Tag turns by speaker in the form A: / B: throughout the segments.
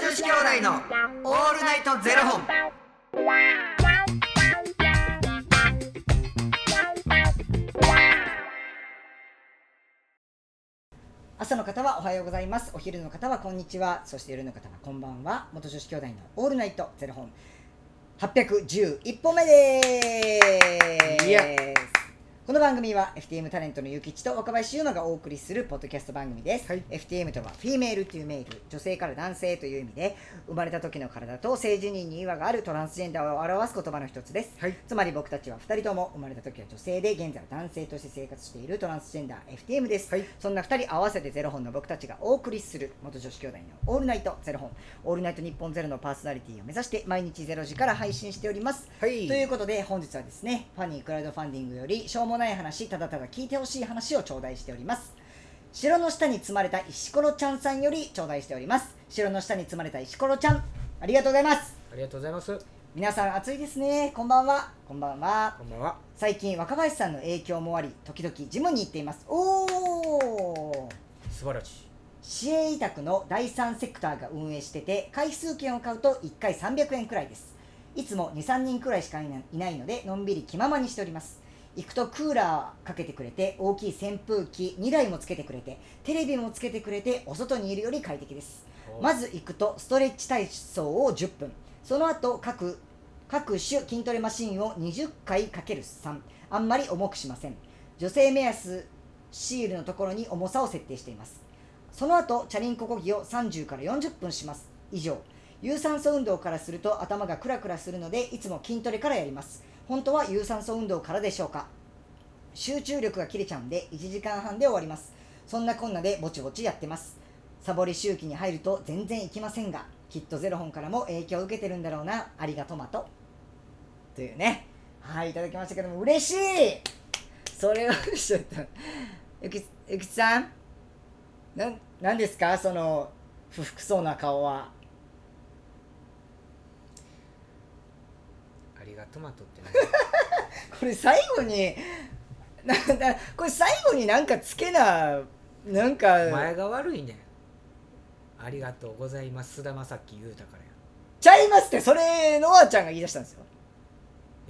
A: 子兄弟のオールナイトゼロ本。
B: 朝の方はおはようございますお昼の方はこんにちはそして夜の方はこんばんは元女子兄弟のオールナイトゼロ本811本目です
A: いや
B: この番組は FTM タレントのゆきちと若林優馬がお送りするポッドキャスト番組です、
A: はい
B: FTM とはフィメールというメール女性から男性という意味で生まれた時の体と性自認に違和があるトランスジェンダーを表す言葉の一つです
A: はい。
B: つまり僕たちは2人とも生まれた時は女性で現在は男性として生活しているトランスジェンダー FTM です、
A: はい
B: そんな2人合わせてゼロ本の僕たちがお送りする元女子兄弟の「オールナイトゼロ本」「オールナイト日本ゼロのパーソナリティを目指して毎日ゼロ時から配信しております
A: はい。
B: ということで本日はですねファニークラウドファンディングよりしょうもない話ただただ聞いてほしい話を頂戴しております城の下に積まれた石ころちゃんさんより頂戴しております城の下に積まれた石ころちゃんありがとうございます
A: ありがとうございます。
B: 皆さん暑いですねこんばんはこんばんは
A: こんばんは。
B: 最近若林さんの影響もあり時々ジムに行っていますおー
A: 素晴らしい。
B: 市営委託の第三セクターが運営してて回数券を買うと1回300円くらいですいつも23人くらいしかいないないのでのんびり気ままにしております行くとクーラーかけてくれて大きい扇風機2台もつけてくれてテレビもつけてくれてお外にいるより快適ですまず行くとストレッチ体操を10分その後各各種筋トレマシンを20回かける3あんまり重くしません女性目安シールのところに重さを設定していますその後チャリンコ漕ぎを30から40分します以上有酸素運動からすると頭がクラクラするのでいつも筋トレからやります本当は有酸素運動からでしょうか集中力が切れちゃうんで1時間半で終わりますそんなこんなでぼちぼちやってますサボり周期に入ると全然いきませんがきっとゼロ本からも影響を受けてるんだろうなありがとまとというねはいいただきましたけども嬉しいそれをちょっとゆきゆきちさんなんなんですかその不服そうな顔は
A: ありがとうまと ってね。
B: これ最後になんだこれ最後になんかつけななんか
A: お前が悪いねん。ありがとうございます。菅田将暉言うたからや。
B: ちゃいますってそれノアちゃんが言い出したんですよ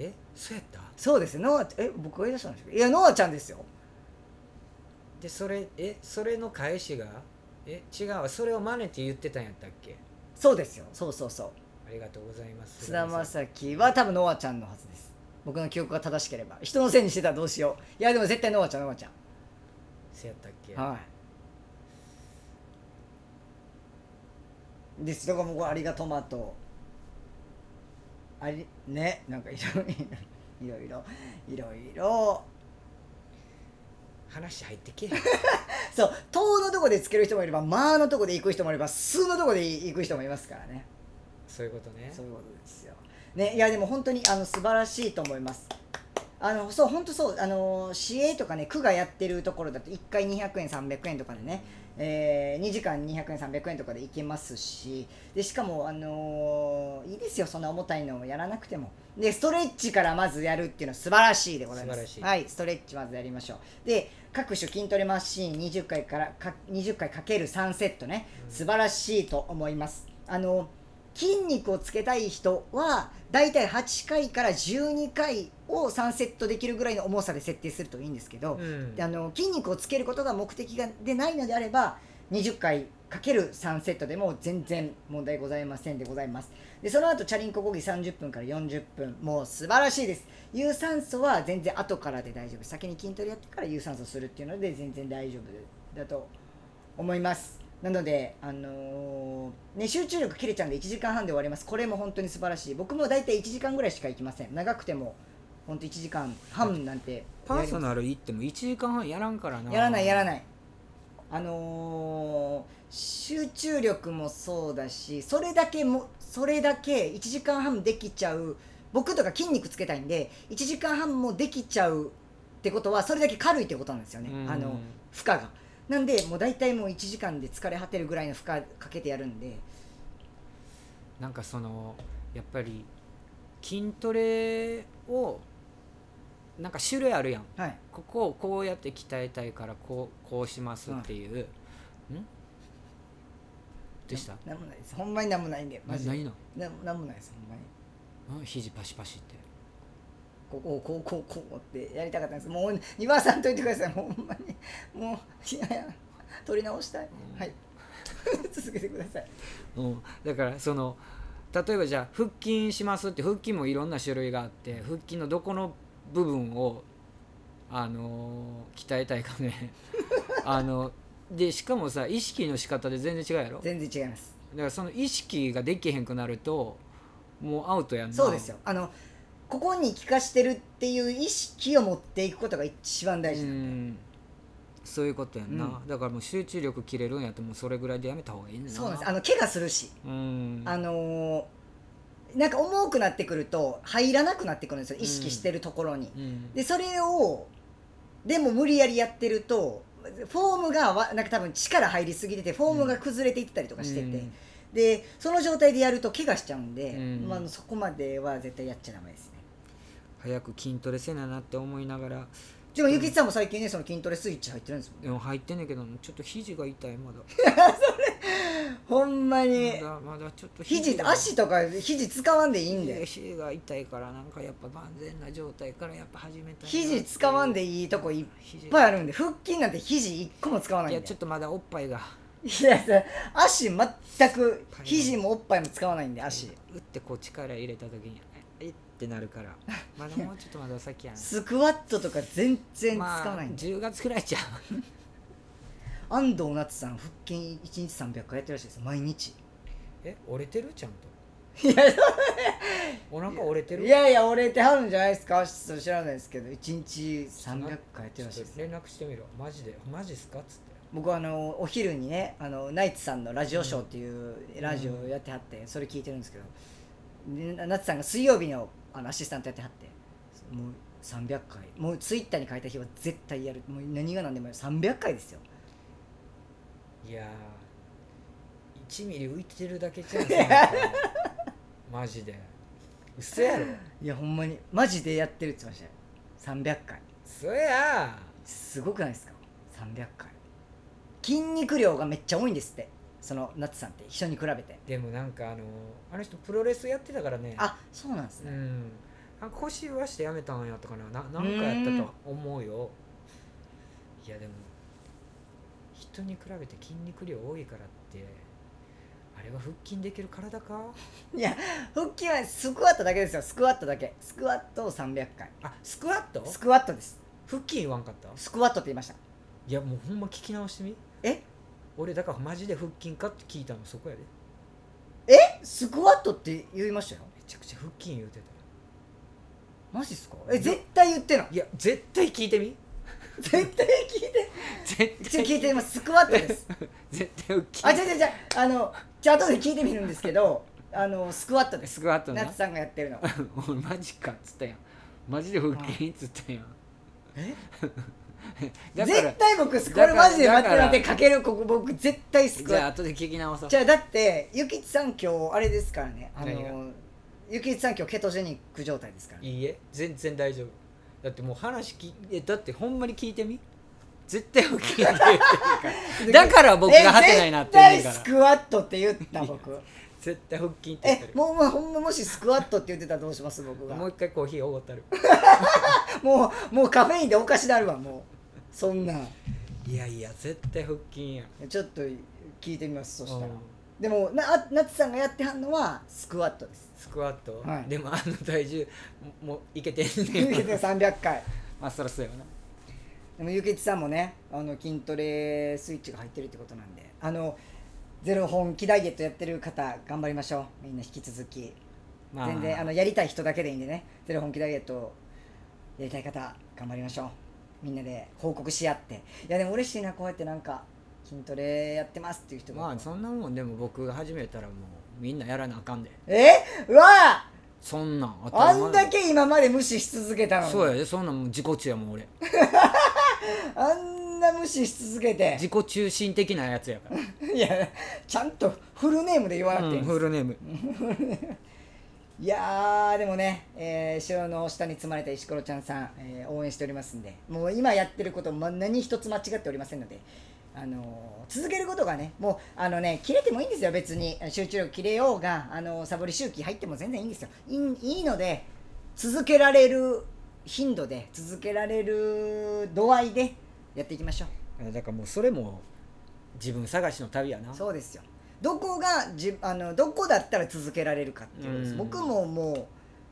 A: え、そうやった
B: そうですノアえ僕が言い出したんですかいやノアちゃんですよ
A: で、それ、え、それの返しが、え、違うわ。それを真似て言ってたんやったっけ
B: そうですよそうそうそう
A: ありがとうございます。
B: 菅田
A: 暉
B: 将暉は多分ノアちゃんのはずです僕の記憶が正しければ人のせいにしてたらどうしよういやでも絶対ノアちゃんノアちゃん
A: そうやったっけ
B: はいですだからもうこれありがとまとありねなんかいろいろいろいろいろいろ
A: 話入ってけ えへん。
B: そう「と」のとこでつける人もいれば「まあ」のとこで行く人もいれば「す」のとこで行く人もいますからね
A: そういうことね
B: そ。ういうことですよ。ね、いやでも本当にあの素晴らしいと思います。あのそう本当そうあの市営とかね区がやってるところだと1回200円300円とかでね、えー、2時間200円300円とかで行けますしでしかもあのーいいですよそんな重たいのをやらなくてもでストレッチからまずやるっていうのは素晴らしいでございます
A: 素晴らしい
B: はいストレッチまずやりましょうで各種筋トレマシーン20回からか20回かける3セットね素晴らしいと思いますあの筋肉をつけたい人はだいたい8回から12回を3セットできるぐらいの重さで設定するといいんですけど、
A: うん
B: であの筋肉をつけることが目的がでないのであれば20回かける3セットでも全然問題ございませんでございますでその後チャリンコこぎ30分から40分もう素晴らしいです有酸素は全然後からで大丈夫先に筋トレやってから有酸素するっていうので全然大丈夫だと思いますなので、あのーね、集中力切れちゃうんで1時間半で終わりますこれも本当に素晴らしい僕も大体1時間ぐらいしか行きません長くても本当1時間半なんて
A: パーソ
B: ル
A: ナル行っても1時間半やらんからな。
B: やらないやら
A: い。
B: ないあのー集中力もそうだしそれだけもそれだけ1時間半できちゃう僕とか筋肉つけたいんで1時間半もできちゃうってことはそれだけ軽いってことなんですよね
A: うん
B: あの負荷がなんでもう大体もう1時間で疲れ果てるぐらいの負荷かけてやるんで
A: なんかそのやっぱり筋トレをなんか種類あるやん
B: はい
A: ここをこうやって鍛えたいからこうこうしますっていう、んうした
B: ななんもないですほんまになんもないんでマ
A: な
B: ジで
A: 何の
B: ななんもないですほんまに
A: うん肘パシパシって
B: ここをこうこうこうってやりたかったんですもう言わさんといてくださいもうほんまにもういやいや取り直したい、
A: うん
B: はい 続けてください
A: うん、だからその例えばじゃあ腹筋しますって腹筋もいろんな種類があって腹筋のどこの部分をあのー鍛えたいかねあのでしかもさ意識の仕方で全然違うやろだか
B: 全然違います
A: らその意識ができへんくなるともうアウトやんな
B: そうですよあのここに効かしてるっていう意識を持っていくことが一番
A: う
B: 大事なんで
A: んそういうことやんな、
B: う
A: だからもう集中力切れるんやってもうそれぐらいでやめた方がいいんだ
B: そうなんですあの怪我するし、
A: うん
B: あのーなんか重くなってくると入らなくなってくるんですよ
A: うん
B: 意識してるところに、
A: うん
B: でそれをでも無理やりやってるとフォームがわなんか多分力入りすぎててフォームが崩れていったりとかしてて、
A: うん
B: でその状態でやると怪我しちゃうんで、
A: うん
B: まあ、そこまでは絶対やっちゃダメですね
A: 早く筋トレせななって思いながら
B: でもゆきちさんも最近ねその筋トレスイッチ入ってるんですもん
A: でも入ってんねんけどちょっと肘が痛いまだ
B: ほんまに
A: まだまだちょっと
B: 肘
A: が
B: 足とか肘使わんでいいんで
A: 肘が痛いからなんかやっぱ万全な状態からやっぱ始めたい
B: 肘使わんで
A: い
B: いいとこいっ
A: い
B: ぱいあ
A: い
B: るんで腹筋なんて肘一個も使わないい
A: や
B: んで
A: ちょっとまだおっぱいが
B: いやそれ足全く肘もおっぱいも使わないんで足
A: 打ってこう力入れた時にえいってなるからまだもうちょっとまだ先やん
B: スクワットとか全然使わないん
A: まあ、
B: で、
A: 10月くらいじゃん
B: 安藤夏さん腹筋1日300回やってるらしいです毎日
A: え折れてるちゃんと
B: いや
A: お腹折れてる
B: いやいや俺ってはるんじゃないですかそれ知らないですけど1日300回やってるらしい
A: ちょ
B: です
A: っと連絡してみろマジでマジっすかっつって
B: 僕はあのお昼にねあのナイツさんのラジオショーっていうラジオをやってはって、それ聞いてるんですけどでなナツさんが水曜日のあのアシスタントやってはってもう300回もうツイッターに書いた日は絶対やるもう何が何でもやる300回ですよ
A: いやー1ミリ浮いてるだけじゃんそんなのマジで嘘やろ
B: いやほんまにマジでやってるって言ってましたよ300回
A: そや
B: すごくないですか300回筋肉量がめっちゃ多いんですってそのナツさんって人に比べて
A: でもなんかあのあの人プロレスやってたからね
B: あそうなんです
A: う
B: ね、
A: んあ腰言わしてやめたんやったかなななんかやったと思うよいやでも人に比べて筋肉量多いからってあれは腹筋できる体か
B: 腹筋はスクワットだけですよスクワットだけスクワットを300回
A: あスクワット
B: スクワットです
A: 腹筋言わんかった
B: スクワットって言いました
A: いやもうほんま聞き直してみ
B: え
A: 俺だからマジで腹筋かって聞いたのそこやで
B: スクワットって言いましたよ
A: めちゃくちゃ腹筋言うて
B: マジっすか
A: い
B: え
A: や
B: 絶対言ってない
A: たいや絶対聞いてみ
B: 絶対聞いて
A: 絶
B: 一応
A: 対
B: 聞いてますスクワットです
A: 絶対腹筋
B: あ違う違う違うあのじゃあ後で聞いてみるんですけどあのスクワットです
A: スクワットな
B: 夏さんがやってるの
A: お 前マジかっつったやんマジで腹筋っつったやん
B: え
A: だから
B: 絶対僕スク
A: だ
B: こ
A: か
B: れ
A: ら
B: マジで待って
A: だから
B: 待ってかけるここ僕絶対スク
A: じ
B: ワ
A: ゃあ
B: ッ
A: 後で聞き直そ
B: ト
A: う
B: じゃあだってゆきちさん今日あれですからねあ
A: 何が
B: のゆきちさん今日ケトジェニック状態ですから、ね、
A: いいえ全然大丈夫だってもう話きえだってほんまに聞いてみ絶対腹筋って言ってるから だから僕がハテナになって
B: え
A: る
B: 絶対
A: から
B: スクワットって言った 僕
A: 絶対腹筋って言って
B: え
A: る
B: もうもうほんまもしスクワットって言ってたらどうします僕が
A: もう一回コーヒーおごったる
B: もうもうカフェインでおかしなるわもうそんなん
A: いやいや絶対腹筋やん
B: ちょっと聞いてみますそしたら
A: うん
B: でもなあなつさんがやってはんのはスクワット です
A: スクワット、
B: はい
A: でもあの体重ももういけてんね
B: ゆき
A: ん
B: ち300回
A: まあそらそうやわな
B: でもゆきちさんもねあの筋トレスイッチが入ってるってことなんであのゼロ本気ダイエットやってる方頑張りましょうみんな引き続き
A: まあ
B: 全然あのやりたい人だけでいいんでねゼロ本気ダイエットやりたい方頑張りましょうみんなで報告し合っていやでも嬉しいなこうやってなんか筋トレやってますっていう人が、
A: まあそんなもんでも僕が始めたらもうみんなやらなあかんで
B: えうわあ
A: そんなん当
B: あ
A: り前
B: んだけ今まで無視し続けたのに
A: そうやでそんなんもう自己中やもん 俺
B: あんな無視し続けて
A: 自己中心的なやつやか
B: いやちゃんとフルネームで言わな
A: ら、
B: くていいんです、
A: フルネーム
B: いやーでもね、えー城の下に積まれた石ころちゃんさん、えー応援しておりますんでもう今やってること、ま、何一つ間違っておりませんのであの続けることがねもうあのね切れてもいいんですよ別に集中力切れようがあのサボり周期入っても全然いいんですよいいいいので続けられる頻度で続けられる度合いでやっていきましょう
A: えだからもうそれも自分探しの旅やな
B: そうですよどこがじあのどこだったら続けられるかっていうことです、
A: うん
B: 僕もも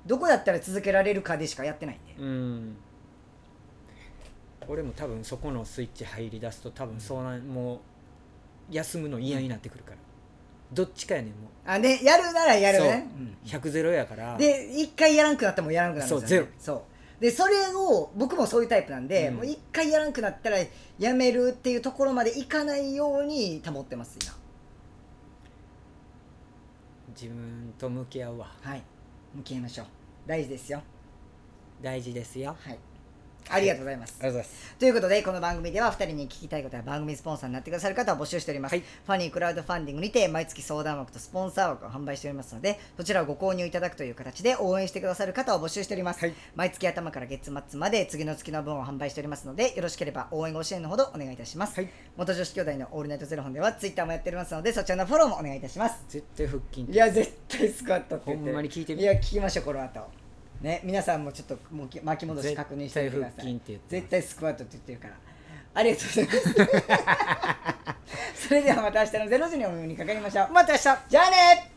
B: うどこだったら続けられるかでしかやってないんで、
A: うん俺も多分そこのスイッチ入り出すと多分そうなんもう休むの嫌になってくるから、どっちかやねんも
B: あねやるならやるね
A: そうう100ゼロやから
B: で一回やらんくなったらもうやらんくなるんですよ、ね、そうでそれを僕もそういうタイプなんで、
A: うん
B: もう一回やらんくなったらやめるっていうところまでいかないように保ってます今
A: 自分と向き合うわ
B: はい向き合いましょう大事ですよ
A: 大事ですよ
B: はいありがとうございます、
A: りがとうございます
B: ということでこの番組では2人に聞きたいことや番組スポンサーになってくださる方を募集しております、
A: はい
B: ファニークラウドファンディングにて毎月相談枠とスポンサー枠を販売しておりますのでそちらをご購入いただくという形で応援してくださる方を募集しております、
A: はい
B: 毎月頭から月末まで次の月の分を販売しておりますのでよろしければ応援ご支援のほどお願いいたします、
A: はい
B: 元女子兄弟のオールナイトゼロ本ではツイッターもやっておりますのでそちらのフォローもお願いいたします
A: 絶対腹筋
B: いや絶対スクワットって言って
A: ほんまに聞いてみ
B: いや聞きましょうこの後ね皆さんもちょっともうき巻き戻し確認してみてください
A: 絶対腹筋って言ってます
B: 絶対スクワットって言ってるからありがとうござ いますそれではまた明日の0時にお目にかかりましょうまた明日じゃあね